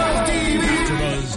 AfterBuzz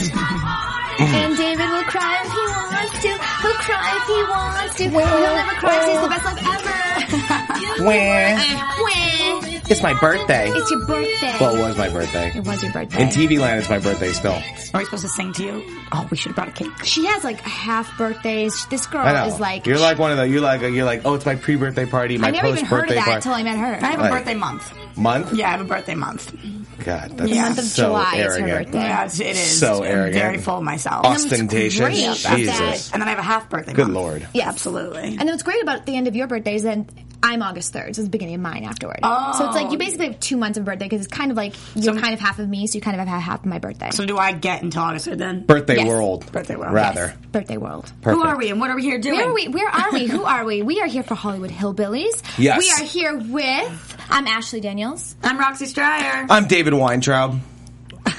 And David will cry if he wants to. He'll cry if he wants to. He'll never cry. 'cause He's the best love ever. Wah. Wah. It's my birthday. It's your birthday. Well, it was my birthday. it was your birthday. In TV land, it's my birthday still. Are we supposed to sing to you? Oh, we should have brought a cake. she has like half birthdays. This girl I know. is like. you're like one of the you're like you're like oh, it's my pre-birthday party, my I never even heard of post-birthday that party until I met her. I have a Right. birthday month. month. Yeah, I have a birthday month. God, that's Yeah. Month of so July is her arrogant. birthday. Yeah, it's, it is. So I'm arrogant. Very full of myself. Ostentatious. great Jesus. that- And then I have a half birthday Good month. lord. Yes. Absolutely. And what's great about the end of your birthday is that I'm August 3rd, so it's the beginning of mine afterward. Oh. So it's like you basically have two months of birthday because it's kind of like you're kind of half of me, so you kind of have half of my birthday. So do I get until August or then? Birthday Yes. world. Birthday world. Rather. birthday world. Who Perfect. are we and what are we here doing? Where are we? Where are we? Who are we? We are here for Hollywood Hillbillies. Yes. We are here with. I'm Ashley Daniels. I'm Roxy Stryer. I'm David Weintraub.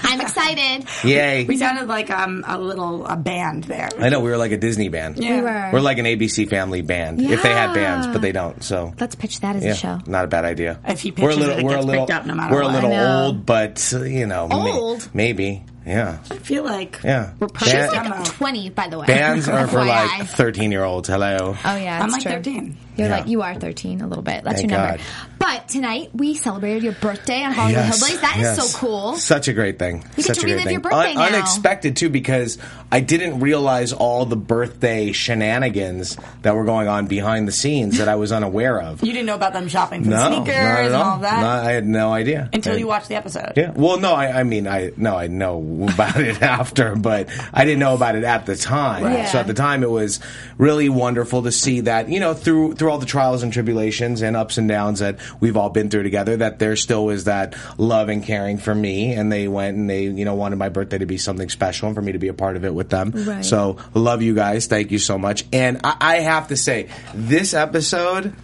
I'm excited. Yay. we sounded like um, a little a band there. I know we were like a Disney band. Yeah. We were. We're like an ABC family band. If they had bands, Yeah. but they don't. So Let's pitch that as yeah, a show. not a bad idea. If he We're a pitches little, it, it we're gets a little, picked up no matter We're what. a I little know. old, but uh, you know, may- Old? maybe, yeah. I feel like Yeah. we're She's perfect. like I'm, I'm 20, by the way. Bands are for FYI. like thirteen-year-olds. Hello. Oh yeah, I'm it's like true. 13. You're Yeah. like you are 13 a little bit. That's Thank your number. God. But tonight we celebrated your birthday on Hollywood Hillbillies. That is yes. so cool. Such a great thing. get Such to a great relive thing. your birthday now. Unexpected too, because I didn't realize all the birthday shenanigans that were going on behind the scenes that I was unaware of. You didn't know about them shopping for no, not sneakers at and all that No, I had no idea until I- you watched the episode. Yeah. Well, no, I, I mean, I no, I know about it after, but I didn't know about it at the time. Right. So at the time, it was really wonderful to see that you know through through all the trials and tribulations and ups and downs that we've all been through together, that there still was that love and caring for me, and they went and they you know wanted my birthday to be something special and for me to be a part of it with them. Right. So love you guys, thank you so much, and I, I have to say this episode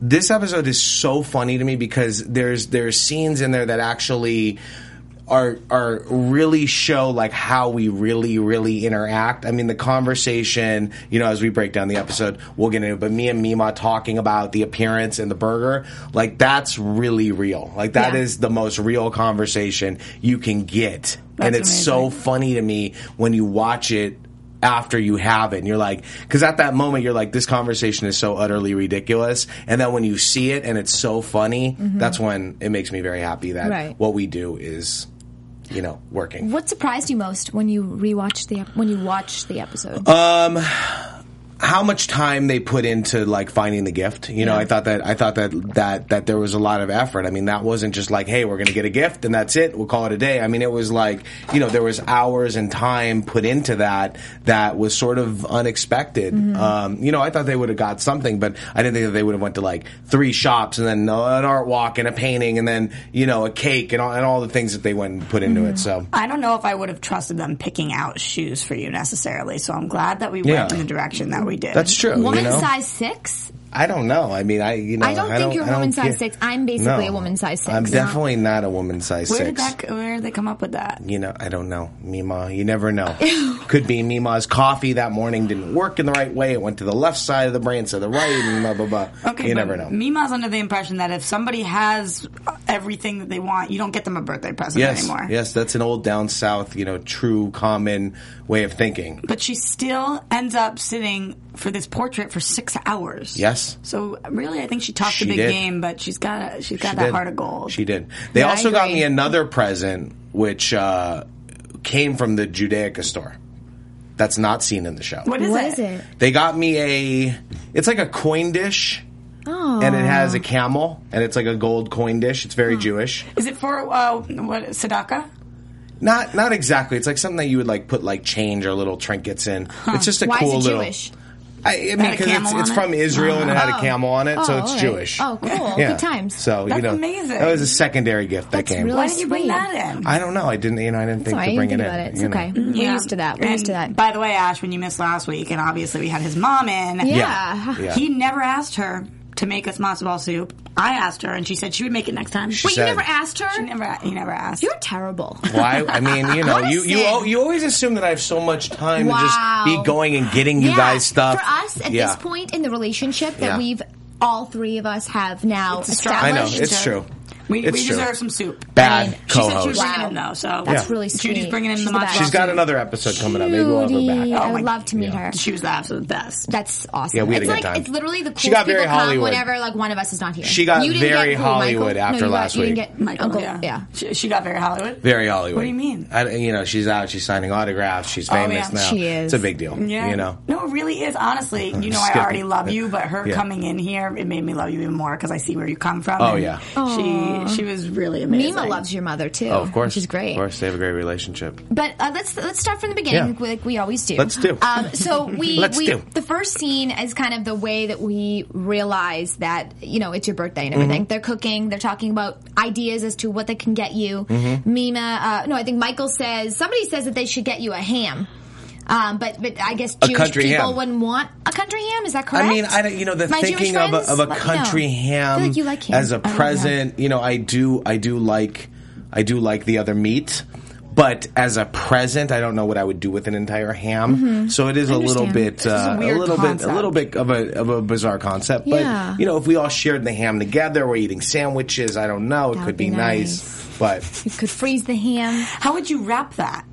this episode is so funny to me because there's there's scenes in there that actually are are really show like how we really really interact. I mean the conversation, you know, as we break down the episode, we'll get into it, but me and Mima talking about the appearance and the burger, like that's really real. Like that is Yeah. the most real conversation you can get. and That's it's so amazing. funny to me when you watch it after you have it and you're like because at that moment you're like this conversation is so utterly ridiculous and then when you see it and it's so funny Mm-hmm. that's when it makes me very happy that Right. what we do is you know working What surprised you most when you rewatched the ep- when you watched the episode? Uh, how much time they put into like finding the gift. You know, I thought that I thought that that that there was a lot of effort. I mean, that wasn't just like, hey, we're going to get a gift and that's it. We'll call it a day. I mean, it was like, you know, there was hours and time put into that that was sort of unexpected. Mm-hmm. Um, you know, I thought they would have got something, but I didn't think that they would have went to like three shops and then an art walk and a painting and then, you know, a cake and all, and all the things that they went and put into it. Mm-hmm. So, I don't know if I would have trusted them picking out shoes for you necessarily. So I'm glad that we Yeah. went in the direction that we did. that's true, woman you know. size six. I don't know. I mean, I you know, I don't think you're a I don't woman size get- six. I'm basically a woman size six. I'm No. definitely not a woman size Where six. did that? Where did they come up with that? you know, I don't know, Mima. You never know. Could be Mima's coffee that morning didn't work in the right way. It went to the left side of the brain instead of the right, and blah blah blah. Okay, you but never know. Mima's under the impression that if somebody has everything that they want, you don't get them a birthday present yes, anymore. yes, that's an old down south, you know, true common way of thinking. But she still ends up sitting for this portrait for six hours. Yes. So really, I think she talked She a big did. game, but she's got a, she's got She that did. heart of gold. She did. They I also got agree. me another present, which uh, came from the Judaica store. That's not seen in the show. What is What it? is it? They got me a. It's like a coin dish, and it has a camel, and it's like a gold coin dish. It's very Jewish. Is it for uh, what Sadaka? Not not exactly. It's like something that you would like put like change or little trinkets in. It's just a Why cool is it little. Jewish? I, I mean, Had a because it's, camel it's on from it? Israel and it had a Oh. camel on it, so Oh, it's all right. Jewish. Oh, cool. Yeah. Good times. So you That's know, amazing. That was a secondary gift that That's came. really Why did you bring Oh, Sweet. that in? I don't know. I didn't. You know, I didn't think Sorry, to I bring didn't think it about in. it. It's you know. okay. We're used to that. We're And used to that. By the way, Ash, when you missed last week, and obviously we had his mom in. yeah. Yeah. He never asked her to make us matzo ball soup. I asked her, and she said she would make it next time. Wait, said- you never asked her? She never, he never asked. You're terrible. Why? I mean, you know, What a you you sin. al- you always assume that I have so much time to just Wow. be going and getting you Yeah, guys stuff. For us, at Yeah. this point in the relationship that Yeah. we've all three of us have now It's a strong I established, know relationship. it's true. we, it's we true. deserve some soup. Bad I mean, She said she co-host. was bringing Wow. him though, so That's Yeah. really Judy's sweet. bringing in She's the the matzo. best. She's got soup. another episode coming up. Maybe we'll have her Judy, back. I Oh my- would love to meet Yeah. her. She was the absolute best. That's awesome. Yeah, we had a it's good like time. it's literally the cool She got people very come Hollywood. whenever like one of us is not here. She got you didn't very get who, Hollywood Michael? after no, you got, last You week. didn't get Michael, Uncle, yeah. yeah. She, she got very Hollywood. Very Hollywood. What do you mean? I, you know, she's out. She's signing autographs. She's famous yeah. now. Oh, She is. It's a big deal. Yeah. You know. Uh, No, it really is. Honestly, you know, Skip I already it. Uh, love you, but her Yeah. coming in here, it made me love you even more because I see where you come from. Oh, and yeah. She she was really amazing. Mima loves your mother too. Oh, of course. which is great. Of course, they have a great relationship. But uh, let's let's start from the beginning, Yeah. like we always do. Let's do. Um, so we, Let's we do. the first scene is kind of the way that we realize that you know it's your birthday Mm-hmm. and everything. They're cooking. They're talking about ideas as to what they can get you. Mm-hmm. Mima, uh, no, I think Michael says somebody says that they should get you a ham. Um, but but I guess Jewish country people ham. wouldn't want a country ham. Is that correct? I mean, I don't, you know, the My Jewish thinking of a, friends, of a let me know. country I ham, feel like you like ham. as a I love ham. present. You know, I do, I do like, I do like the other meat, but as a present, I don't know what I would do with an entire ham. So it is a little Mm-hmm. understand. bit, uh, a, weird little bit, a concept. little bit of a of a bizarre concept. Yeah. But you know, if we all shared the ham together, we're eating sandwiches. I don't know. It That could would be, be nice. but. you could freeze the ham. How would you wrap that?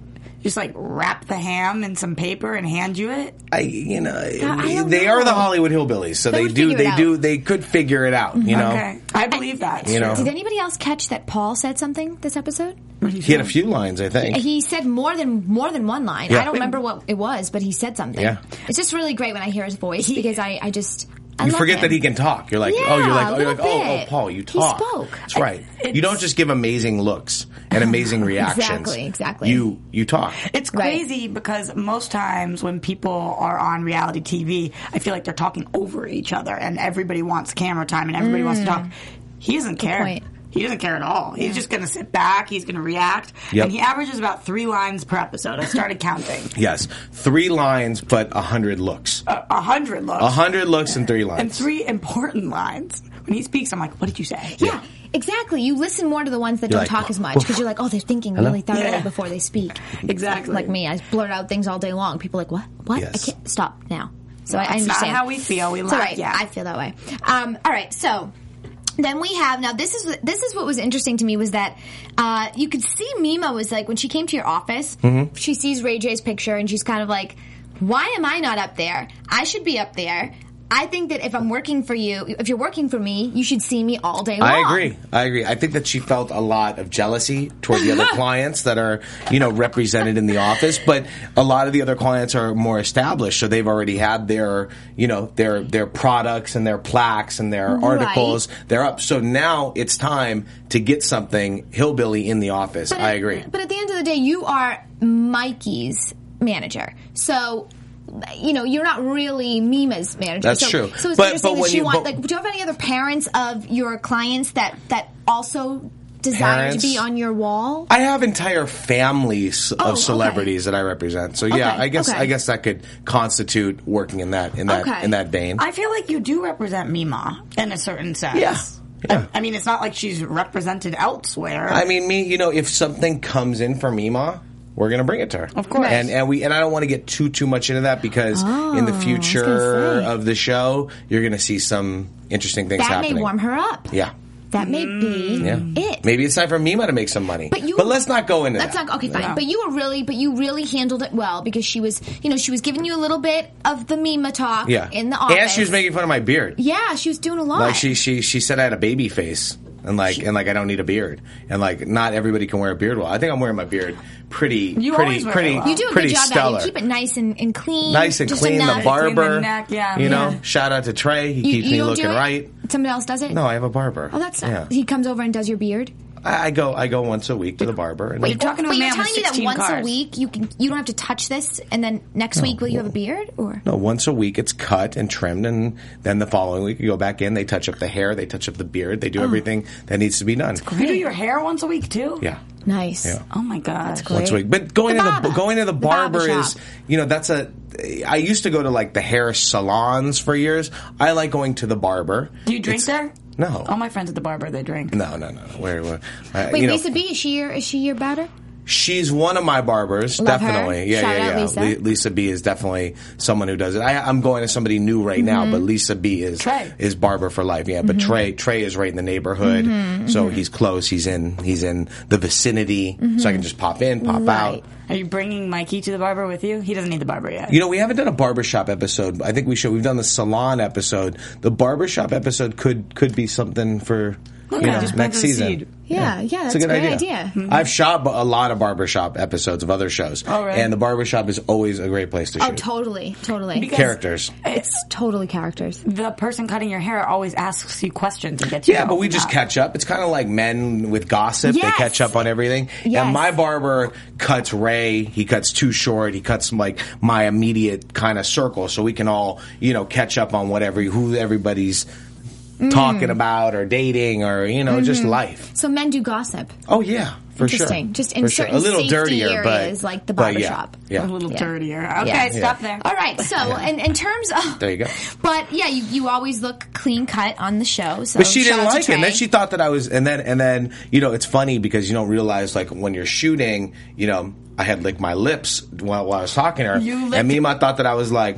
Just like wrap the ham in some paper and hand you it? I, you know, I don't they are the know. Hollywood hillbillies, so they, would do, figure it they out. do, they could figure it out. You know, Okay. I believe that. you know, Did anybody else catch that Paul said something this episode? he had a few lines, I think. He said more than more than one line. Yeah. I don't remember what it was, but he said something. Yeah. It's just really great when I hear his voice because I, I just I you love forget him. that he can talk. You're like, Yeah, oh, you're like, a oh, you're like, little oh, oh, bit. Paul, you He talk. spoke. That's right. It's- you don't just give amazing looks and amazing reactions. Exactly, exactly. You you talk. It's Right. crazy because most times when people are on reality TV, I feel like they're talking over each other and everybody wants camera time and everybody wants to talk. He doesn't care. Mm. point. He doesn't care at all. He's just going to sit back. He's going to react. Yep. And he averages about three lines per episode. I started counting. yes, three lines, but a hundred looks. A A hundred looks. hundred looks and three lines. And three important lines. When he speaks, I'm like, what did you say? Yeah. Exactly. You listen more to the ones that You're don't like, talk as much because you're like, oh, they're thinking really thoroughly Yeah. before they speak. Exactly. Like me, I blurt out things all day long. People are like, what? What? I Yes. can't stop now. So I, I That's not understand how we feel. We It's laugh, all right. yeah. I feel that way. Um, all right. So then we have now. This is this is what was interesting to me was that uh, you could see Mima was like when she came to your office, Mm-hmm. she sees Ray J's picture and she's kind of like, "Why am I not up there? I should be up there." I think that if I'm working for you, if you're working for me, you should see me all day long. I agree. I agree. I think that she felt a lot of jealousy toward the other clients that are, you know, represented in the office. But a lot of the other clients are more established, so they've already had their, you know, their their products and their plaques and their articles. They're up. So now it's time to get something hillbilly in the office. I at- agree. But at the end of the day, you are Mikey's manager. So you know, you're not really Mima's manager. That's so, true. So it's But- but interesting when that she you- want but- like do you have any other parents of your clients that that also desire Parents? to be on your wall? I have entire families Oh, of okay. celebrities that I represent. So yeah, Okay, I guess okay. I guess that could constitute working in that in that Okay. in that vein. I feel like you do represent Mima in a certain sense. Yeah. Yeah. I, I mean, it's not like she's represented elsewhere. I mean, me, you know, if something comes in for Mima, we're gonna bring it to her, of course. And and we and I don't want to get too too much into that because Oh, in the future say. of the show, you're gonna see some interesting things that happening. may warm her up. Yeah, That may be yeah. it. Maybe it's time for Mima to make some money. But you- let's not go into That's that. not okay. Fine, but you were really, but you really handled it well because she was, you know, she was giving you a little bit of the Mima talk yeah. in the office. and she was making fun of my beard. yeah, she was doing a lot. Like she she she said I had a baby face. And like and like I don't need a beard. And like not everybody can wear a beard well. I think I'm wearing my beard pretty You pretty always wear it pretty well. you do a pretty good job stellar. at it. You keep it nice and, and clean. nice and just clean. enough. The Clean the barber, neck, yeah. you know. Yeah. Shout out to Trey. He You- keeps you me don't looking do it? right. Somebody else does it? No, I have a barber. Oh, that's yeah. he comes over and does your beard. I I go I go once a week to the barber. And You're talking to Wait, a man you're telling with me that 16 once a cars. week you can you don't have to touch this, and then next week will you have a beard or? No, once a week it's cut and trimmed, and then the following week you go back in. They touch up the hair, they touch up the beard, they do Oh. everything that needs to be done. You do your hair once a week too? Yeah. Nice. Yeah. Oh my god. That's Once a week, but going The to the barber. going to the The barber barber is shop. you know that's a. I used to go to like the hair salons for years. I like going to the barber. Do you drink It's- there? No. All my friends at the barber they drink. No, no, no, no. Where, where I- Oh Wait, you know, Lisa B, is she your is she your batter? she's one of my barbers, Love her. definitely. Yeah, Shout yeah, out yeah. Lisa. Le- Lisa B is definitely someone who does it. I, I'm going to somebody new right Mm-hmm. now, but Lisa B is Trey. is barber for life. Yeah, but Trey Trey is right in the neighborhood, Mm-hmm, so he's close. He's in he's in the vicinity, so I can just pop in, pop out. Mm-hmm. Right. Are you bringing Mikey to the barber with you? He doesn't need the barber yet. You know, we haven't done a barbershop episode. but I think we should. We've done the salon episode. The barbershop episode could could be something for you Okay, know, next just planted the season. seed. Yeah, yeah, that's It's a good great idea. Hmm. Mm-hmm. idea. I've shot b- a lot of barbershop episodes of other shows. Oh, really? And the barbershop is always a great place to shoot. Oh, totally, totally. Because- Characters. it's totally characters. the person cutting your hair always asks you questions and gets you. Yeah, to but we open just up. catch up. It's kind of like men with gossip. They Yes. catch up on everything. Yes. And my barber cuts Ray. He cuts too short. He cuts like my immediate kind of circle so we can all, you know, catch up on whatever, who everybody's Mm. talking about or dating or, you know, just life. So men do gossip. Oh, yeah, for Mm-hmm. sure. Interesting. Just in For sure. certain A little safety dirtier, but- areas, like the but yeah, barbershop. Yeah. a little Yeah. dirtier. Okay, Yeah. stop there. All right. So, in, in terms of There you go. But yeah, you, you always look clean cut on the show. So But she Um, shout didn't out to like it. And Trey. then she thought that I was, and then and then you know, it's funny because you don't realize like when you're shooting, you know, I had licked my lips while, while I was talking to her, You licked- and Mima thought that I was like,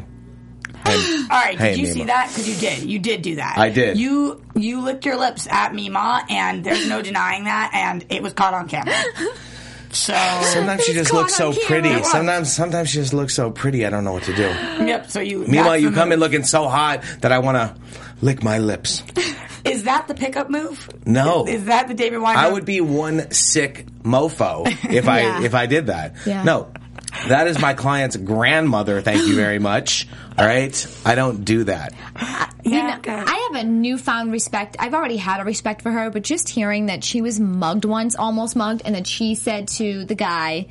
hey, All right, Hey, did you Mima. see that? Because you did. You did do that. I did. You you licked your lips at Mima, and there's no denying that, and it was caught on camera. So, sometimes she It's just caught looks so on camera. pretty. It was. Sometimes sometimes she just looks so pretty. I don't know what to do. yep. So you. Mima, that's you the come in move. looking so hot that I want to lick my lips. Is that the pickup move? No. Is, is that the David Weinberg? I would be one sick mofo if I Yeah. if I did that. Yeah. No. That is my client's grandmother, thank you very much. All right? I don't do that. You Yeah, know, okay. I have a newfound respect. I've already had a respect for her, but just hearing that she was mugged once, almost mugged, and that she said to the guy,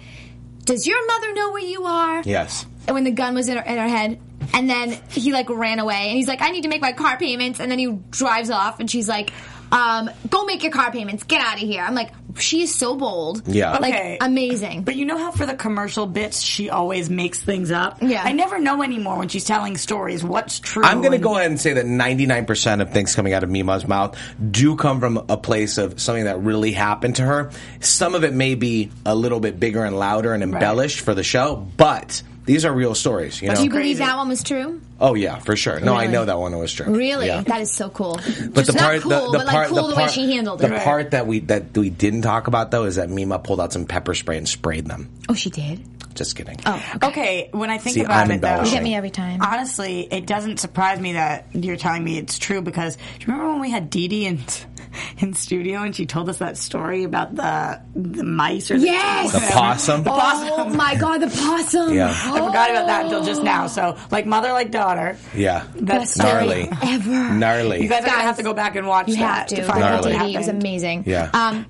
"Does your mother know where you are?" Yes. And when the gun was in her, in her head, and then he like ran away, and he's like, "I need to make my car payments," and then he drives off, and she's like. Um, go make your car payments. Get out of here. I'm like, she is so bold. Yeah. like Okay. amazing. But you know how for the commercial bits she always makes things up. Yeah. I never know anymore when she's telling stories what's true. I'm going to and- go ahead and say that 99% of things coming out of Mima's mouth do come from a place of something that really happened to her. Some of it may be a little bit bigger and louder and embellished for the show, but these are real stories, you know. Do you believe Crazy. that one was true? oh yeah, for sure. No, I Really? know that one was true. Really? Yeah. That is so cool. But Just the part, not cool, the, the but like part, cool the the, way part, she handled the it. part that we that we didn't talk about though is that Mima pulled out some pepper spray and sprayed them. Oh, she did. Just kidding. Oh. Okay, when I think See, about I'm it though, You embellishing. get me every time. honestly, it doesn't surprise me that you're telling me it's true because do you remember when we had Dee Dee in, in studio and she told us that story about the the mice or the Yes! The possum. The possum. Oh my god, the possum. Oh, Yeah. I forgot about that until just now. So, like mother, like daughter. Yeah. Best That's story Gnarly. ever. Gnarly. You guys are gonna Guys, have to go back and watch You that have to. to The find out whole what Gnarly. DVD was happened. amazing. Yeah. Um,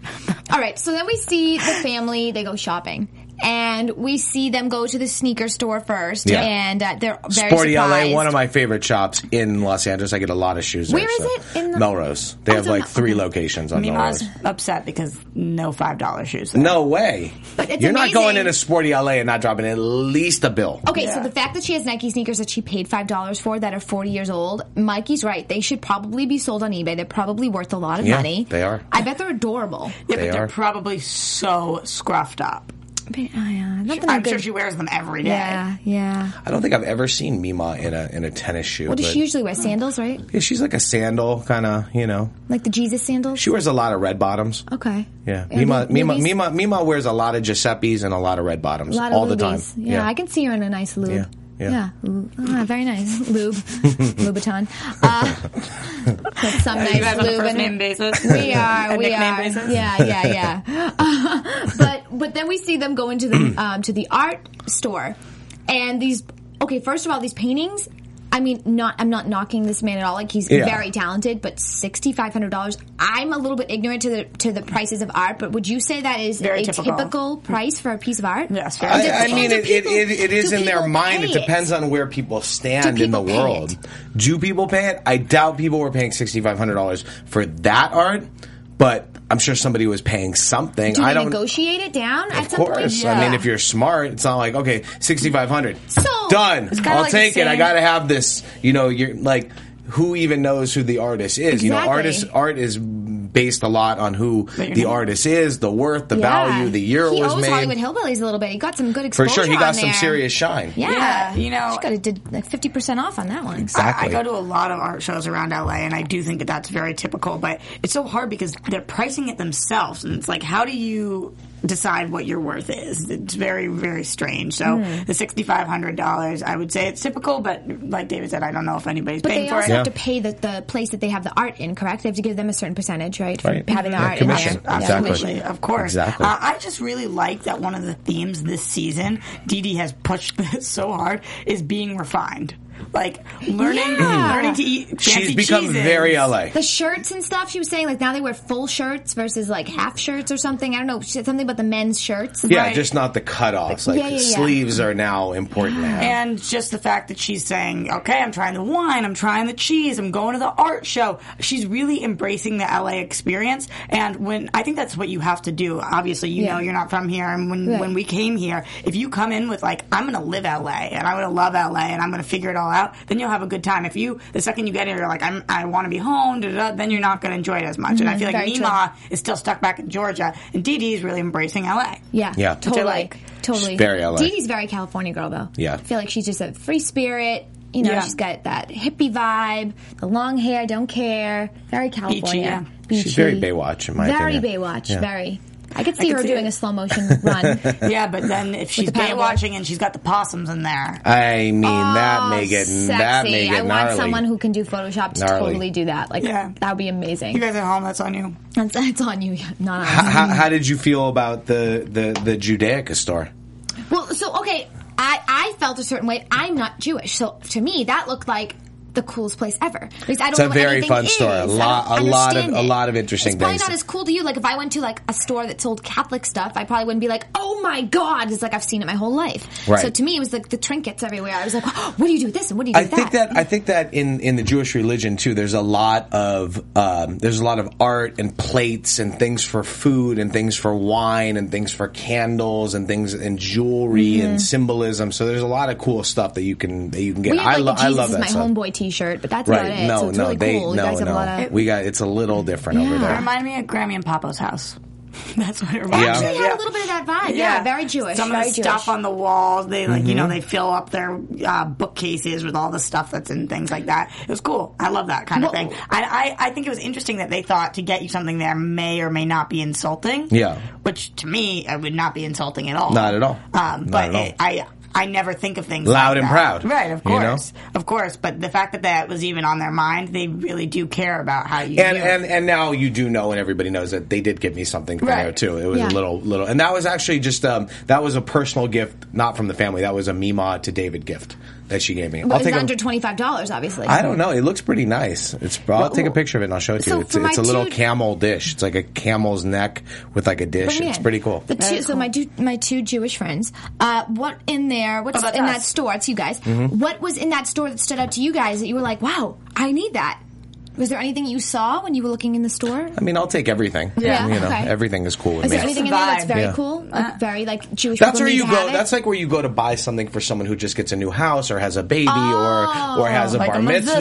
all right. So then we see the family. They go shopping, and we see them go to the sneaker store first, Yeah. and uh, they're very Sporty surprised. LA, one of my favorite shops in Los Angeles. I get a lot of shoes. Where there, is so. it? In the- Melrose. They Oh, have it's on like the- three okay. locations on Mima's Melrose. upset because no five dollar shoes. No way. it's You're not amazing. going into Sporty LA and not dropping at least a bill. Okay, so the fact that she has Nike sneakers that she paid five dollars for that are forty years old, Mikey's right. They should probably be sold on eBay. They're probably worth a lot of Yeah, money. they are. I bet they're adorable. Yeah, They but they're are. probably so scruffed up. uh, Nothing I'm good. sure she wears them every day. Oh yeah, yeah. I don't think I've ever seen Mima in a in a tennis shoe. What does but- she usually wear? Sandals, right? Yeah, she's like a sandal kind of, you know. Like the Jesus sandals. She wears a lot of red bottoms. okay. Yeah, And Mima, the Mima, Louis- Mima, Mima wears a lot of Giuseppe's and a lot of red bottoms A lot of all the time. Louis. Yeah, I can see her in a nice lube. Yeah, yeah. L- ah, very nice lube, Louboutin. Uh, that's some You nice guys on a lube first in name it. basis. We uh, are. A We nickname are. basis? Yeah, yeah, yeah. Uh, but but then we see them go into the um, to the art store, and these. Okay, first of all, these paintings. I I mean, not I'm not knocking this man at all. Like he's Yeah. very talented, but sixty five hundred dollars. I'm a little bit ignorant to the to the prices of art, but would you say that is Very a typical. typical. price for a piece of art? Yes, very And do- I, I and mean, do it, it, people- it, it is do in their people mind. It pay depends on where people stand Do in the people pay world. it? Do people pay it? I doubt people were paying sixty five hundred dollars for that art, but I'm sure somebody was paying something. Do they I don't. negotiate it down at Of some point? course. I mean, if you're smart, it's not like okay, sixty five hundred. Sold. done. It's kinda I'll like the take it. I same- gotta have this. You know, you're like, who even knows who the artist is? You know, Exactly. artist art is based a lot on who But you the know. artist is, the worth, the Yeah. value, the year he it was owes made. Hollywood Hillbillies a little bit. He got some good For exposure sure, he on got some there. serious shine. Yeah, Yeah, you know- he got have did like fifty percent off on that one. Exactly. I, I go to a lot of art shows around LA, and I do think that that's very typical. But it's so hard because they're pricing it themselves, and it's like, how do you decide what your worth is? It's very, very strange. So Hmm. the sixty five hundred dollars, I would say it's typical, but like David said, I don't know if anybody's But paying they for also it. have to pay the, the place that they have the art in, correct? They have to give them a certain percentage, right, for Right. having the Yeah, art commission. in there. Exactly. Absolutely, of course. Exactly. Uh, I just really like that one of the themes this season, Dee Dee has pushed this so hard, is being refined. Like learning, Yeah. learning to eat. Fancy She's become cheeses. very uh, LA. The shirts and stuff she was saying, like now they wear full shirts versus like half shirts or something. I don't know, she said something about the men's shirts. Yeah, Right. just not the cutoffs. Like Yeah, yeah, yeah. sleeves are now important. now. And just the fact that she's saying, okay, I'm trying the wine, I'm trying the cheese, I'm going to the art show. She's really embracing the LA experience. And when I think that's what you have to do. Obviously, you Yeah. know you're not from here. And when, Right. when we came here, if you come in with, like, I'm going to live LA and I'm going to love LA and I'm going to figure it all out, then you'll have a good time. If you, the second you get here, you're like, I'm, I want to be home, da, da, da, then you're not going to enjoy it as much. and I feel like Mm-hmm. very true. Nima is still stuck back in Georgia and Dee Dee's really embracing LA. Yeah, Yeah. Which I totally, like. totally. She's very LA. Dee Dee's very California girl though. Yeah. I feel like she's just a free spirit. You know, Yeah. she's got that hippie vibe, the long hair, don't care, very California. yeah. She's very Baywatch, in my very opinion. Baywatch, Yeah. very. I could see could her see doing it. a slow motion run. Yeah, but then if she's the paddleboard. watching and she's got the possums in there, I mean, that may get Oh, sexy. that may get I gnarly. want someone who can do Photoshop to Gnarly. totally do that. Like Yeah. that would be amazing. You guys at home, that's on you. That's, that's on you, not on us. H- how, how did you feel about the the the Judaica store? Well, so okay, I I felt a certain way. I'm not Jewish, so to me that looked like the coolest place ever. Because I don't It's a know what very anything fun is. store. A I don't lot- a lot of- understand a it. lot of interesting It's probably things. not as cool to you. Like if I went to like a store that sold Catholic stuff, I probably wouldn't be like, oh my god, it's like I've seen it my whole life. Right. So to me, it was like the trinkets everywhere. I was like, "Oh, what do you do with this and what do you do I with think that I think that in in the Jewish religion too, there's a lot of um, there's a lot of art and plates and things for food and things for wine and things for candles and things and jewelry Mm-hmm. and symbolism. So there's a lot of cool stuff that you can that you can get. we had, I, like, lo- a I Jesus love is that my stuff. homeboy T-shirt, but that's Right? about it. no, so it's no, really they cool. no, you guys have no. a lot of. we got it's a little different over Yeah. there. It reminded me of Grammy and Papa's house. That's what it It reminded me actually of. had yeah. a little bit of that vibe. Yeah, very Jewish. Some very of the stuff Jewish. on the walls, they like you Mm-hmm. know they fill up their uh, bookcases with all the stuff that's in things like that. It was cool. I love that kind of Well- thing. I, I I think it was interesting that they thought to get you something there may or may not be insulting. Yeah. which to me it would not be insulting at all. Not at all. Um, Not but at all. It, I. I never think of things Loud like and that. proud, right? Of you know? course, of course. But the fact that that was even on their mind, they really do care about how you and do it. and and now you do know, and everybody knows that they did give me something from Right. there too. It was Yeah. a little little, and that was actually just um, that was a personal gift, not from the family. That was a Mima to David gift that she gave me. But I'll it's take under a, twenty five dollars, obviously. I don't know. It looks pretty nice. It's. I'll take a picture of it and I'll show it to So you. It's, for my it's a little two- camel dish. It's like a camel's neck with like a dish. Brilliant. It's pretty cool. The two, So my two, my two Jewish friends, uh, what in there? What's Oh, that's in us. that store? It's you guys. Mm-hmm. What was in that store that stood out to you guys that you were like, wow, I need that? Was there anything you saw when you were looking in the store? I mean, I'll take everything. Yeah. you know, Okay. everything is cool with Is me. there anything in the there that's vibe. very Yeah. cool, Uh. like very like Jewish? That's people where need you to go. have it? That's like where you go to buy something for someone who just gets a new house or has a baby or or has a Oh, like bar a mitzvah. mezuzah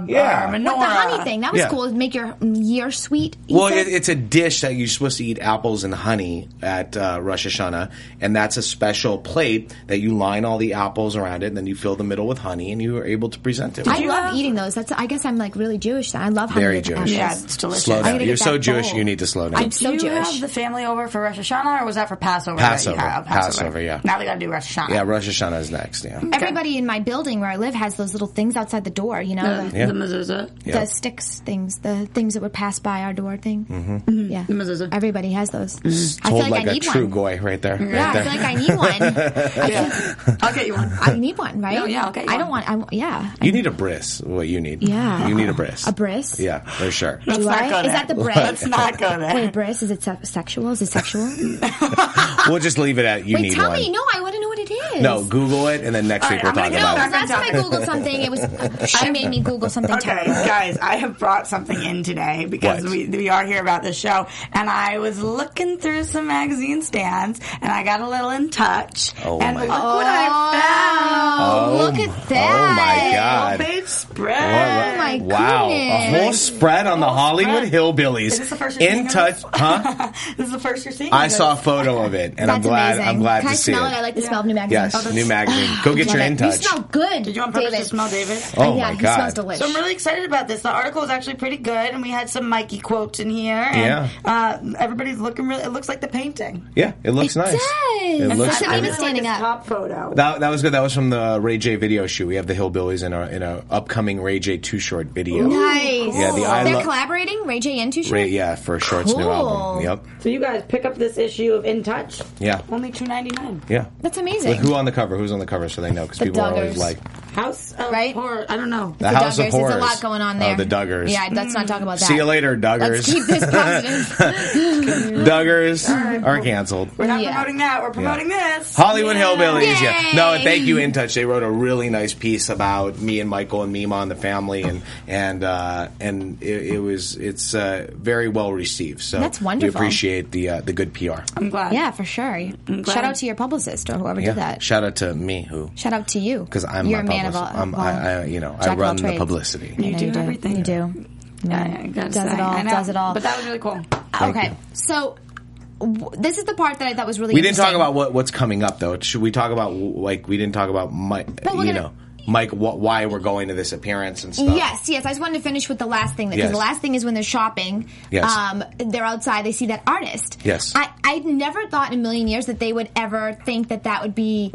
or a yeah. menorah. what the honey thing that was Yeah. cool. Make your year sweet. you Well, said? it, it's a dish that you're supposed to eat apples and honey at uh, Rosh Hashanah, and that's a special plate that you line all the apples around it, and then you fill the middle with honey, and you are able to present it. I love have- eating those. That's I guess I'm like really Jewish. Jewish. Then I love honey Very with Jewish. ashes. Yeah, it's delicious. Slow I'm gonna down. get You're so that Jewish, bowl. you need to slow down. I'm so do you Jewish. have the family over for Rosh Hashanah, or was that for Passover? Passover. that you have? Passover, yeah. Now they got to do Rosh Hashanah. yeah, Rosh Hashanah is next. Yeah. Everybody in my building where I live has those little things outside the door. You know, the, The mezuzah. the sticks things, the things that would pass by our door thing. Mm-hmm. Yeah, mezuzah. everybody has those. Mm-hmm. I feel Told like, like, I a need true one. goy right there. Yeah, right I there. feel like I need one. I'll get you one. I need one, right? No, Oh, yeah, I'll get you I don't one. want. I want- yeah, you need a bris. What you need? Yeah. You need a bris. a bris. Yeah, for sure. Do not I? go Is there. that the bris? Let's not go there. Wait, bris? Is it se- sexual? Is it sexual? we'll just leave it at you Wait, need tell one. me. No, I want to know what it is. No, Google it, and then next All week right, we'll I'm gonna talk go about No, it. back. last time I googled something, it was she made me Google something Okay, terrible. guys, I have brought something in today because What? we, we are here about this show, and I was looking through some magazine stands, and I got a little in touch, Oh and my- look what I found. Oh, look at that! Oh my god. Page spread. Oh my wow, a goodness. whole spread on the Hollywood spread. hillbillies. Is this the first you're in seeing of touch, this? huh? This is the first you're seeing. I this. saw a photo of it, and I'm Oh That's glad. amazing. I'm glad Can to I see smell it. I like the smell of new magazine. Yes, Oh, that's- new magazine. Go get Love your it. in touch. You smell good. Did you on purpose David. to smell David? Oh yeah, my he smells God. delicious. So I'm really excited about this. The article is actually pretty good, and we had some Mikey quotes in here. And, Yeah. Uh, everybody's looking really. It looks like the painting. Yeah, it looks It nice. does. It looks Except nice. maybe really standing like this up. Top photo. That, that was good. That was from the Ray J video shoot. We have the Hillbillies in our in our upcoming Ray J two short video. Nice. Yeah, the I They're Lo- collaborating. Ray J and Touche. Ray, yeah, for Short's new Cool. album. Yep. so you guys pick up this issue of In Touch. Yeah. Only two ninety nine. Yeah. That's amazing. But who on the cover? Who's on the cover? So they know because The people are always Duggars. like House of Right? Horror. I don't know. the The House Duggars. of There's Horrors. a lot going on there. Oh, the Duggars. Yeah, let's not talk about that. See you later, Duggars. Let's keep this positive. Duggars are canceled. We're not Yeah. promoting that. We're promoting this. Hollywood Hillbillies, yeah. Yay. No, and thank you, In Touch. They wrote a really nice piece about me and Michael and Mima and the family, and and uh, and it, it was it's uh, very well received. So That's wonderful. We appreciate the uh, the good PR. I'm glad. yeah, for sure. Shout out to your publicist or whoever Yeah. did that. Shout out to me who Shout out to you because I'm you're my a man of all. publicist. I'm, well, I, I you know jack of I all run the trades. publicity. I know do everything. You do. Yeah, yeah, I gotta Does it say. all, I know. does it all. But that was really cool. Thank okay, you. so w- this is the part that I thought was really. We didn't talk interesting. about what what's coming up though. Should we talk about like we didn't talk about Mike? But we're You gonna- know, Mike, what, why we're going to this appearance and stuff. Yes, yes. I just wanted to finish with the last thing because Yes. the last thing is when they're shopping. Yes. Um, they're outside. They see that artist. Yes. I I never thought in a million years that they would ever think that that would be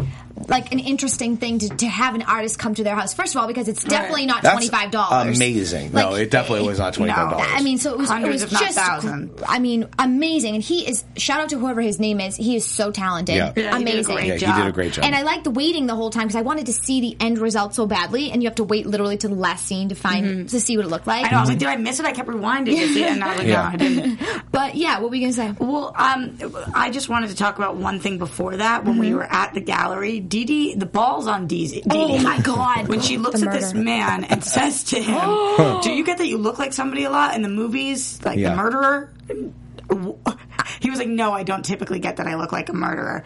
like an interesting thing to, to have an artist come to their house. First of all, because it's definitely not That's twenty five dollars. Amazing. no, Like, it definitely was not twenty five dollars. I mean, so it was, it Hundreds, was if not just, thousands. I mean, amazing. And he is, shout out to whoever his name is. He is so talented. Yeah. Yeah, he did a amazing. great yeah, he job. did a great job. And I liked waiting the whole time because I wanted to see the end result so badly, and you have to wait literally to the last scene to find to see what it looked like. Mm-hmm. I know. I was like, did I miss it? I kept rewinding to see it, and I was like, Yeah. no, I didn't. But yeah, what were you gonna say? Well, um, I just wanted to talk about one thing before that. When we were at the gallery, Dee Dee, the balls on Dee Dee. Mm-hmm. Oh, my God. When she looks The at this murder. man and says to him, "Do you get that you look like somebody a lot in the movies, like Yeah. the murderer?" He was like, "No, I don't typically get that I look like a murderer."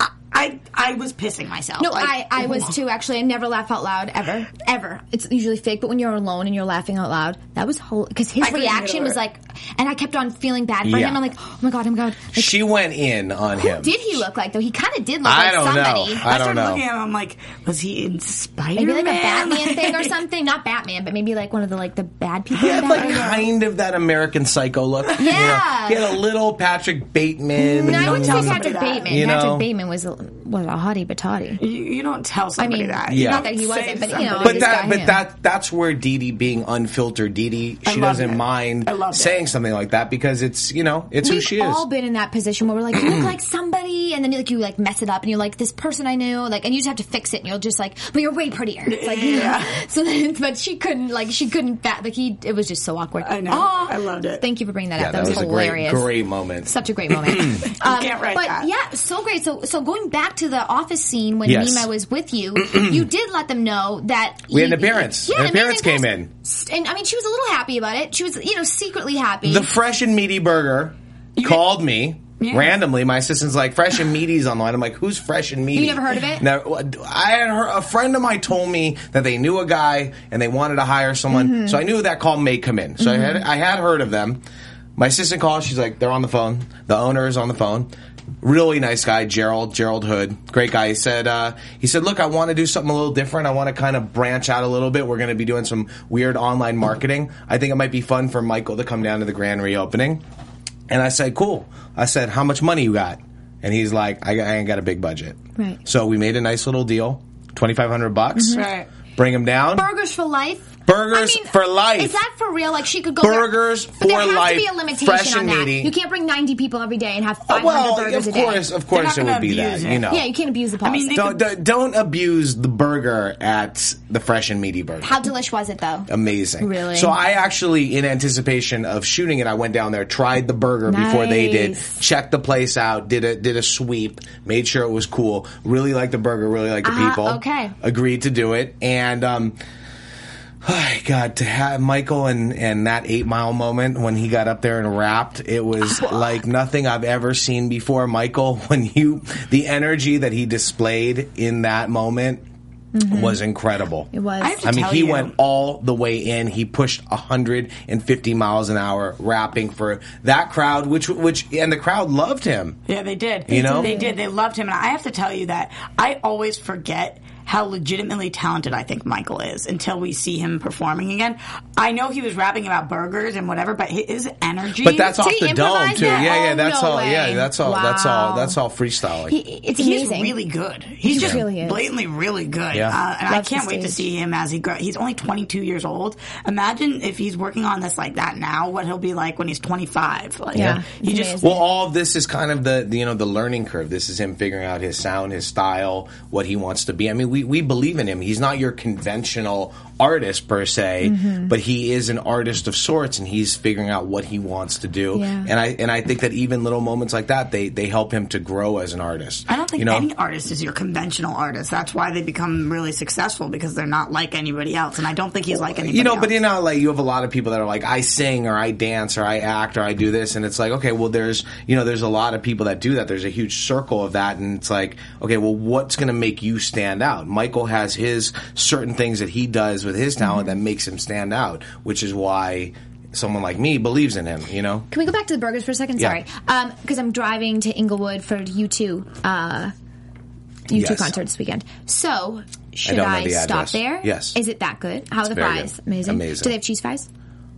I I, I was pissing myself. No, Like, I, I was too. Actually, I never laugh out loud ever, ever. It's usually fake, but when you're alone and you're laughing out loud, that was whole. Because his I couldn't get reaction over was it. like, and I kept on feeling bad for Yeah. him. I'm like, oh my god, oh my god. Like, she went in on who him. did he look like though? He kind of did look I like don't somebody. know. I, I don't started know. looking at him. I'm like, was he in Spider Man? Maybe like a Batman thing or something. Not Batman, but maybe like one of the like the bad people. He had in like Batman. kind of that American Psycho look. Yeah, Yeah. he had a little Patrick Bateman. no, I wouldn't Tell say somebody Patrick that, Bateman. you know? Patrick Bateman was a, was a hottie but totty. You, you don't tell I somebody mean, that. Yeah. not that he wasn't, but you know, But this that, guy, but yeah. that, that's where Dee Dee being unfiltered Dee Dee, she love doesn't it. mind I love it. saying something like that because it's, you know, it's who We've she is. all been in that position where we're like, you look like somebody, and then like you like mess it up, and you're like, this person I knew, like, and you just have to fix it, and you'll just like, but you're way prettier. It's like, yeah. So then, but she couldn't, like, she couldn't. That like he, it was just so awkward. I know. Aw. I loved it. Thank you for bringing that yeah, up. that, was, a great, hilarious. great moment. Such a great moment. um, can't write but that. yeah, so great. So so going back to the office scene when Yes. Mima was with you, you did let them know that We had an appearance. Yeah, An appearance amazing came appearance. and I mean she was a little happy about it. She was you know secretly happy. the fresh and meaty burger called me randomly. My assistant's like, "Fresh and meaty's on the line." I'm like, "Who's fresh and meaty?" never heard of it? No, I had heard, a friend of mine told me that they knew a Mm-hmm. guy and they wanted to hire someone, so I knew that call may come in. So I had I had heard of them. My assistant calls. She's like, they're on the phone. The owner is on the phone. Really nice guy, Gerald. Gerald Hood, great guy. He said, uh, he said, look, I want to do something a little different. I want to kind of branch out a little bit. We're going to be doing some weird online marketing. I think it might be fun for Michael to come down to the grand reopening. And I said, cool. I said, how much money you got? And he's like, I, I ain't got a big budget. Right. Mm-hmm. So we made a nice little deal, twenty five hundred bucks. Right. Bring him down. Burgers for life. Burgers for life. Is that for real? Like she could go Burgers there, but there for has life, To be a limitation fresh on and that. meaty. Uh, You can't bring ninety people every day and have five hundred well, burgers of a day. course, of They're course, not it would gonna be that. abuse it. You know, yeah, you can't abuse the I policy. mean, they don't, don't don't abuse the burger at the fresh and meaty burger. How delish was it though? amazing. Really? So I actually, in anticipation of shooting it, I went down there, tried the burger before they did, Nice. checked the place out, did a did a sweep, made sure it was cool. Really liked the burger, really liked the Uh-huh, people. okay. agreed to do it, and um. Oh, God, to have Michael and, and that eight mile moment when he got up there and rapped, it was like nothing I've ever seen before. Michael, when you, the energy that he displayed in that moment was incredible. Mm-hmm. It was. I have to I mean, tell he you. went all the way in. He pushed 150 miles an hour, rapping for that crowd, which which and the crowd loved him. Yeah, they did. You know? they did. They loved him, and I have to tell you that I always forget how legitimately talented I think Michael is until we see him performing again. I know he was rapping about burgers and whatever, but his energy. But that's Did off he the dome improvise too. that? Yeah, yeah, Oh, that's no all. Yeah, way. that's all. That's all. Wow. That's all freestyling. He- it's He's amazing. really good. He's just really is. blatantly really good. Yeah. Uh, and I Loves the can't wait to stage. see him as he grows. He's only 22 years old. Imagine if he's working on this like that now, what he'll be like when he's 25. Like, Yeah. It's You just amazing. Well, all of this is kind of the the, you know the learning curve. This is him figuring out his sound, his style, what he wants to be. I mean, we we believe in him. He's not your conventional artist per se, Mm-hmm. but he is an artist of sorts, and he's figuring out what he wants to do. Yeah. And I and I think that even little moments like that, they they help him to grow as an artist. I don't think you know? any artist is your conventional artist. That's why they become really successful because they're not like anybody else. And I don't think he's like anybody. You know, but else. in LA, you have a lot of people that are like, I sing or I dance or I act or I do this, and it's like, okay, well, there's you know, there's a lot of people that do that. There's a huge circle of that, and it's like, okay, well, what's going to make you stand out? Michael has his certain things that he does with his talent that makes him stand out, which is why someone like me believes in him. You know, Can we go back to the burgers for a second? Yeah. Sorry, because I'm driving to Inglewood for U two uh, U two Yes. concert this weekend. So should don't know I, the stop address. there? Yes. Is it that good? How are the very fries? good. Amazing. Amazing. Do they have cheese fries?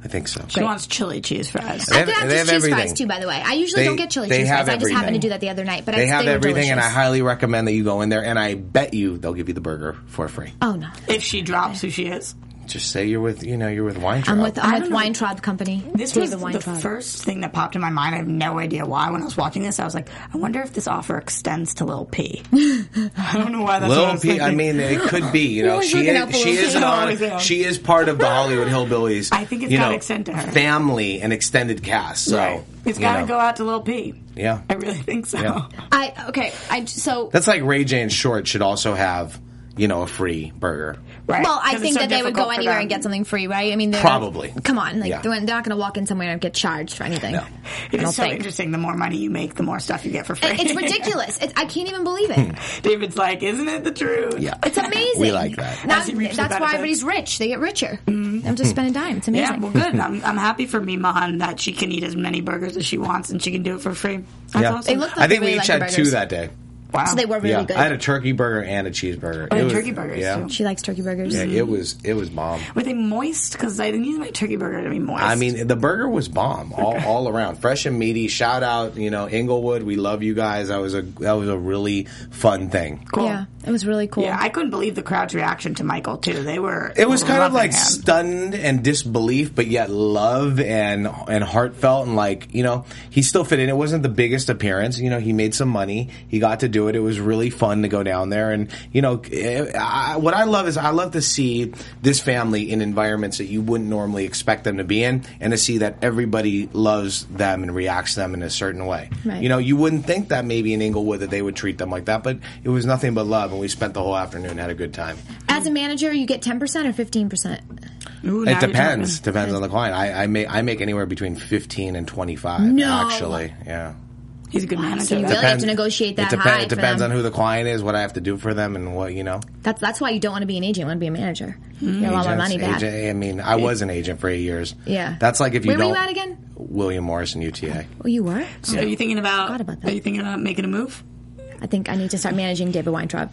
I think so. she wants chili cheese fries. They I have- have, they just have cheese fries everything. too, by the way. I usually They- don't get chili they cheese have fries. I just happened to everything. do that the other night, but I, They have they were everything, and I delicious. highly recommend that you go in there. And I bet you they'll give you the burger for free. Oh no, If she drops who she is. Just say you're with you know you're with Weintraub. I'm with I I'm don't with know. Weintraub Company. This David was the Weintraub. first thing that popped in my mind. I have no idea why. When I was watching this, I was like, I wonder if this offer extends to Lil P. I don't know why that's what I Little was P. I thinking. mean, it could be. You know, Always she looking out is, for she Lil is Peep. an Always hon- am. she is part of the Hollywood Hillbillies. I think it's you gotta know, extend to her. family and extended cast. So Right. It's you got to know. go out to Lil P. Yeah. I really think so. Yeah. I okay. I j- so That's like Ray J and Short should also have you know a free burger. Right? Well, I 'Cause it's think so that they would difficult go for anywhere them. and get something free, right? I mean, they're Probably. Come on, like Yeah. they're they're not going to walk in somewhere and get charged for anything. No. I It don't is so think. interesting. The more money you make, the more stuff you get for free. It- It's ridiculous. It, I can't even believe it. David's like, isn't it the truth? Yeah. It's amazing. Hmm. We like that. Now- As you reach the that's why benefits. Mm-hmm. everybody's rich. They get richer. I'm just spending dime. It's Yeah, amazing. well, good. I'm, I'm happy for Mimahan that she can eat as many burgers as she wants and she can do it for free. That's Yeah. awesome. It looked like I think they we really each like had the two burgers. that day. wow. so they were really yeah, good. I had a turkey burger and a cheeseburger. I It had was- Oh, turkey burgers, Yeah. too. Mm-hmm. she likes turkey burgers. Yeah, it was it was bomb. Were they moist? Because I didn't need my turkey burger to be moist. I mean, the burger was bomb all, all around, fresh and meaty. Shout out, you know, Inglewood. We love you guys. That was a that was a really fun thing. cool. Yeah, it was really cool. Yeah, I couldn't believe the crowd's reaction to Michael too. They were. It was kind of loving like him. stunned and disbelief, but yet love and and heartfelt and like you know he still fit in. It wasn't the biggest appearance, you know. He made some money. He got to do it. It was really fun to go down there, and you know eh, I, what I love is I love to see this family in environments that you wouldn't normally expect them to be in, and to see that everybody loves them and reacts to them in a certain way. Right. You know, you wouldn't think that maybe in Inglewood that they would treat them like that, but it was nothing but love, and we spent the whole afternoon and had a good time. As a manager, you get 10% or 15%? Ooh, now It you're depends. talking. Depends on the client. I, I make I make anywhere between fifteen and twenty five. No. actually, yeah. He's a good manager. you though. really- have to negotiate that It, high it for depends them. on who the client is, what I have to do for them, and what you know. That's that's why you don't want to be an agent. You want to be a Mm-hmm. manager. You get a lot more Agents, money back. agent- I mean, I was an agent for eight years. Yeah. that's like if you Where were don't. you at again? William Morris and UTA. Oh, you were? So are you thinking about? Forgot about that. Are you thinking about making a move? Oh, I think I need to start managing David Weintraub.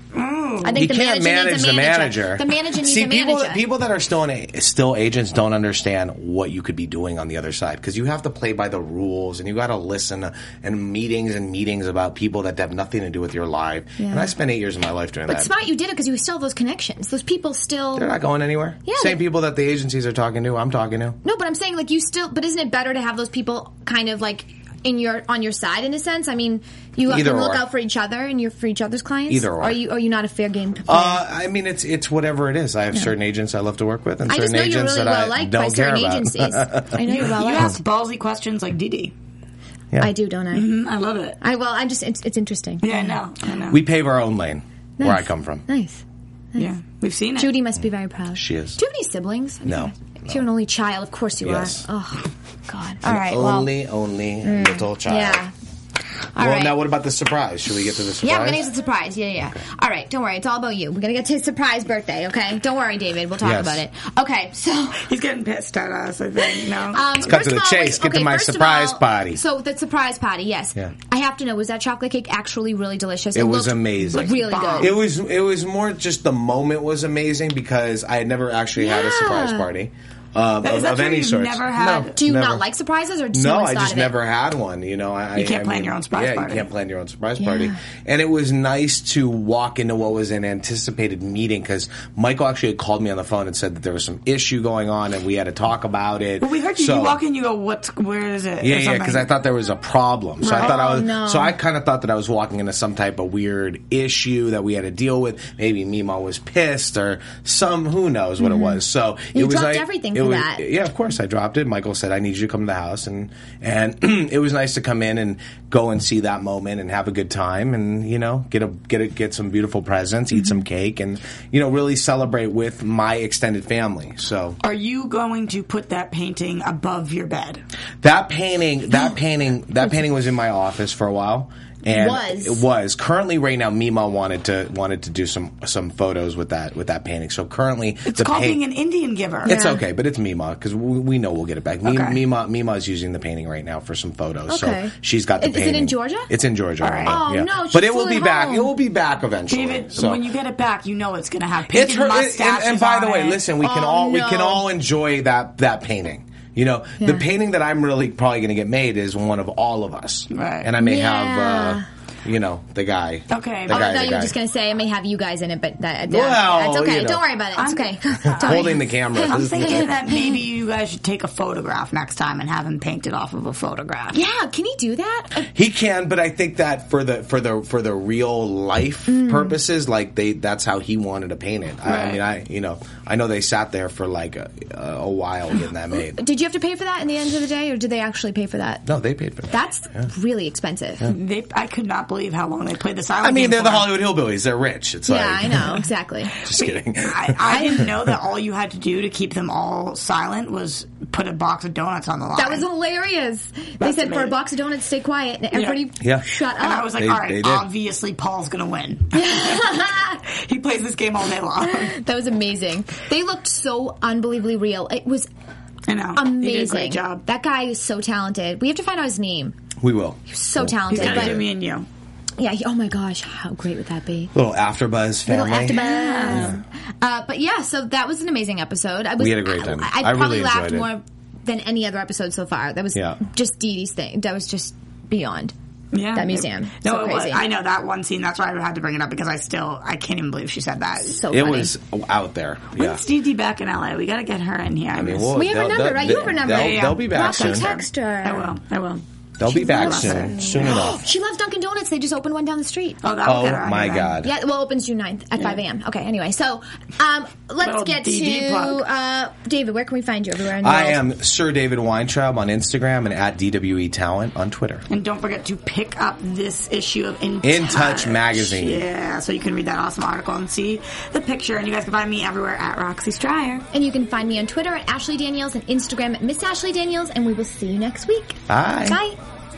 I think You the manager can't manage needs the a manager. manager. The manager needs See, a people manager. that, people that are still in a, still agents don't understand what you could be doing on the other side because you have to play by the rules and you got to listen and meetings and meetings about people that have nothing to do with your life. Yeah. And I spent eight years of my life doing but that. smart, you did it because you still have those connections. Those people still. They're not going anywhere. Yeah, Same they- people that the agencies are talking to, I'm talking to. No, but I'm saying like you still. But isn't it better to have those people kind of like in your on your side in a sense? I mean, you Either can or. look out for each other and you're for each other's clients. Either or. Are you are you not a fair game to play? Uh, I mean, it's it's whatever it is. I have certain agents I love to work with, and I just certain know agents you're really that well I liked by don't care certain about. agencies. I know you're well You liked. ask ballsy questions like DD. Yeah. I do, don't I? Mm, I love it. I well, I'm just it's, it's interesting. Yeah, I know. I know. We pave our own lane where Nice. I come from. Nice. yeah, we've seen it. Judy must be very proud. She is. Do you have any siblings? No. If you're an only child, of course you Yes. are. Oh, God. All right. Well, Mm. only, only little child. yeah. All well, right. now what about the surprise? Should we get to the surprise? yeah, we're gonna get to the surprise. Yeah, yeah. yeah. All right, don't worry. It's all about you. We're gonna get to his surprise birthday. Okay, don't worry, David. We'll talk Yes. about it. Okay, so He's getting pissed at us. I think. No. Um, cut first to the of all, chase. wait, Get to okay, my first of surprise all- party. So the surprise party, yes. Yeah. I have to know, was that chocolate cake actually really delicious? It, was looked amazing. Really good. It was it was more just the moment was amazing because I had never actually had a Yeah. surprise party um, Is of, that of true? any You've sort. never had- No, Do you never. not like surprises, or just No, no one's I thought just of it? never had one. You know, I You can't I plan mean, your own surprise yeah, party. you can't plan your own surprise Yeah. party. And it was nice to walk into what was an anticipated meeting because Michael actually had called me on the phone and said that there was some issue going on and we had to talk about it. Well, we heard you. So- you walk in, you go, "What's? Where is it?" or Yeah, yeah, something. because I thought there was a problem. So I Right. thought I Oh, was. no. So I kind of thought that I was walking into some type of weird issue that we had to deal with. Maybe Mima was pissed or some. Who knows what it was. So Mm-hmm. You it was dropped like everything it for was- that. Yeah, of course I dropped it. Michael said I need you to come to the house, and and it was nice to come in and go and see that moment and have a good time, and you know get a get a, get some beautiful presents, Mm-hmm. eat some cake, and you know really celebrate with my extended family. So Are you going to put that painting above your bed? That painting, that painting, that painting was in my office for a while. And Was. it was currently right now. Mima wanted to wanted to do some some photos with that with that painting. So currently, It's called being an Indian giver. It's okay, but it's Mima because we, we know we'll get it back. Mi- Okay. Mima Mima is using the painting right now for some photos. Okay. So she's got the Is- is it in painting. Georgia? It's in Georgia. right right. now, Oh, yeah. no, she But it flew will be it back. home. It will be back eventually. David, so. when you get it back, you know it's going to have painted It's her, and, mustaches and by the on way, it. listen, we can Oh, all we can no. all enjoy that that painting. You know, the Yeah. painting that I'm really probably going to get made is one of all of us, Right. and I may Yeah. have, uh, you know, the guy. Okay. the Oh, I guy, thought the you were guy. just going to say I may have you guys in it, but that, that- Well, that's okay. you know. Don't worry about it. It's I'm- okay. Don't worry. holding the camera. I'm thinking that maybe you guys should take a photograph next time and have him painted off of a photograph. Yeah, can he do that? Uh, He can, but I think that for the for the for the real life purposes, like they that's how he wanted to paint it. I, I Right. mean, I you know, I know they sat there for like a, a while getting that made. Did you have to pay for that in the end of the day, or did they actually pay for that? No, they paid for it. That's really expensive. Yeah, They, I could not believe how long they played the silent I mean, game they're the for. Hollywood hillbillies. They're rich. It's like I know exactly. Just kidding. I, I didn't know that all you had to do to keep them all silent was put a box of donuts on the line. That was hilarious. they said for a amazing. box of donuts, stay quiet, and everybody Yeah. shut and up. I was like, They- all they right, did. obviously Paul's going to win. he plays this game all day long. That was amazing. They looked so unbelievably real. It was I know. amazing. He did a great job. That guy is so talented. We have to find out his name. we will. So He's talented. going to do But me and you. yeah, he, oh my gosh, how great would that be? Little AfterBuzz family. Little after Uh, but yeah, so that was an amazing episode. I was, We had a great time. I, I I really probably laughed enjoyed it. more than any other episode so far. That was Yeah. just Dee Dee's thing. That was just beyond. Yeah, That museum. No, So it was. crazy. I know that one scene. That's why I had to bring it up because I still I can't even believe she said that. So It funny. was out there. Yeah. When's DD back in LA? We got to get her in here. I mean, miss- we'll- we have They'll- a number, they'll- right? You have a they'll- number. they'll- they'll be back Rocky, soon. text her. I will. I will. They'll be back loves soon. it. Soon enough. She loves Dunkin' Donuts. They just opened one down the street. Oh, that'll Oh get her on my here then. god. Yeah, well, it opens June 9th at 5 a.m. Okay, anyway, so um, let's Little get DD to plug. uh, David. Where can we find you everywhere in the I world? am Sir David Weintraub on Instagram and at DWE Talent on Twitter. And don't forget to pick up this issue of In, In Touch magazine. Yeah, so you can read that awesome article and see the picture. And you guys can find me everywhere at Roxy Stryer. And you can find me on Twitter at Ashley Daniels and Instagram at Miss Ashley Daniels. And we will see you next week. Bye. Bye.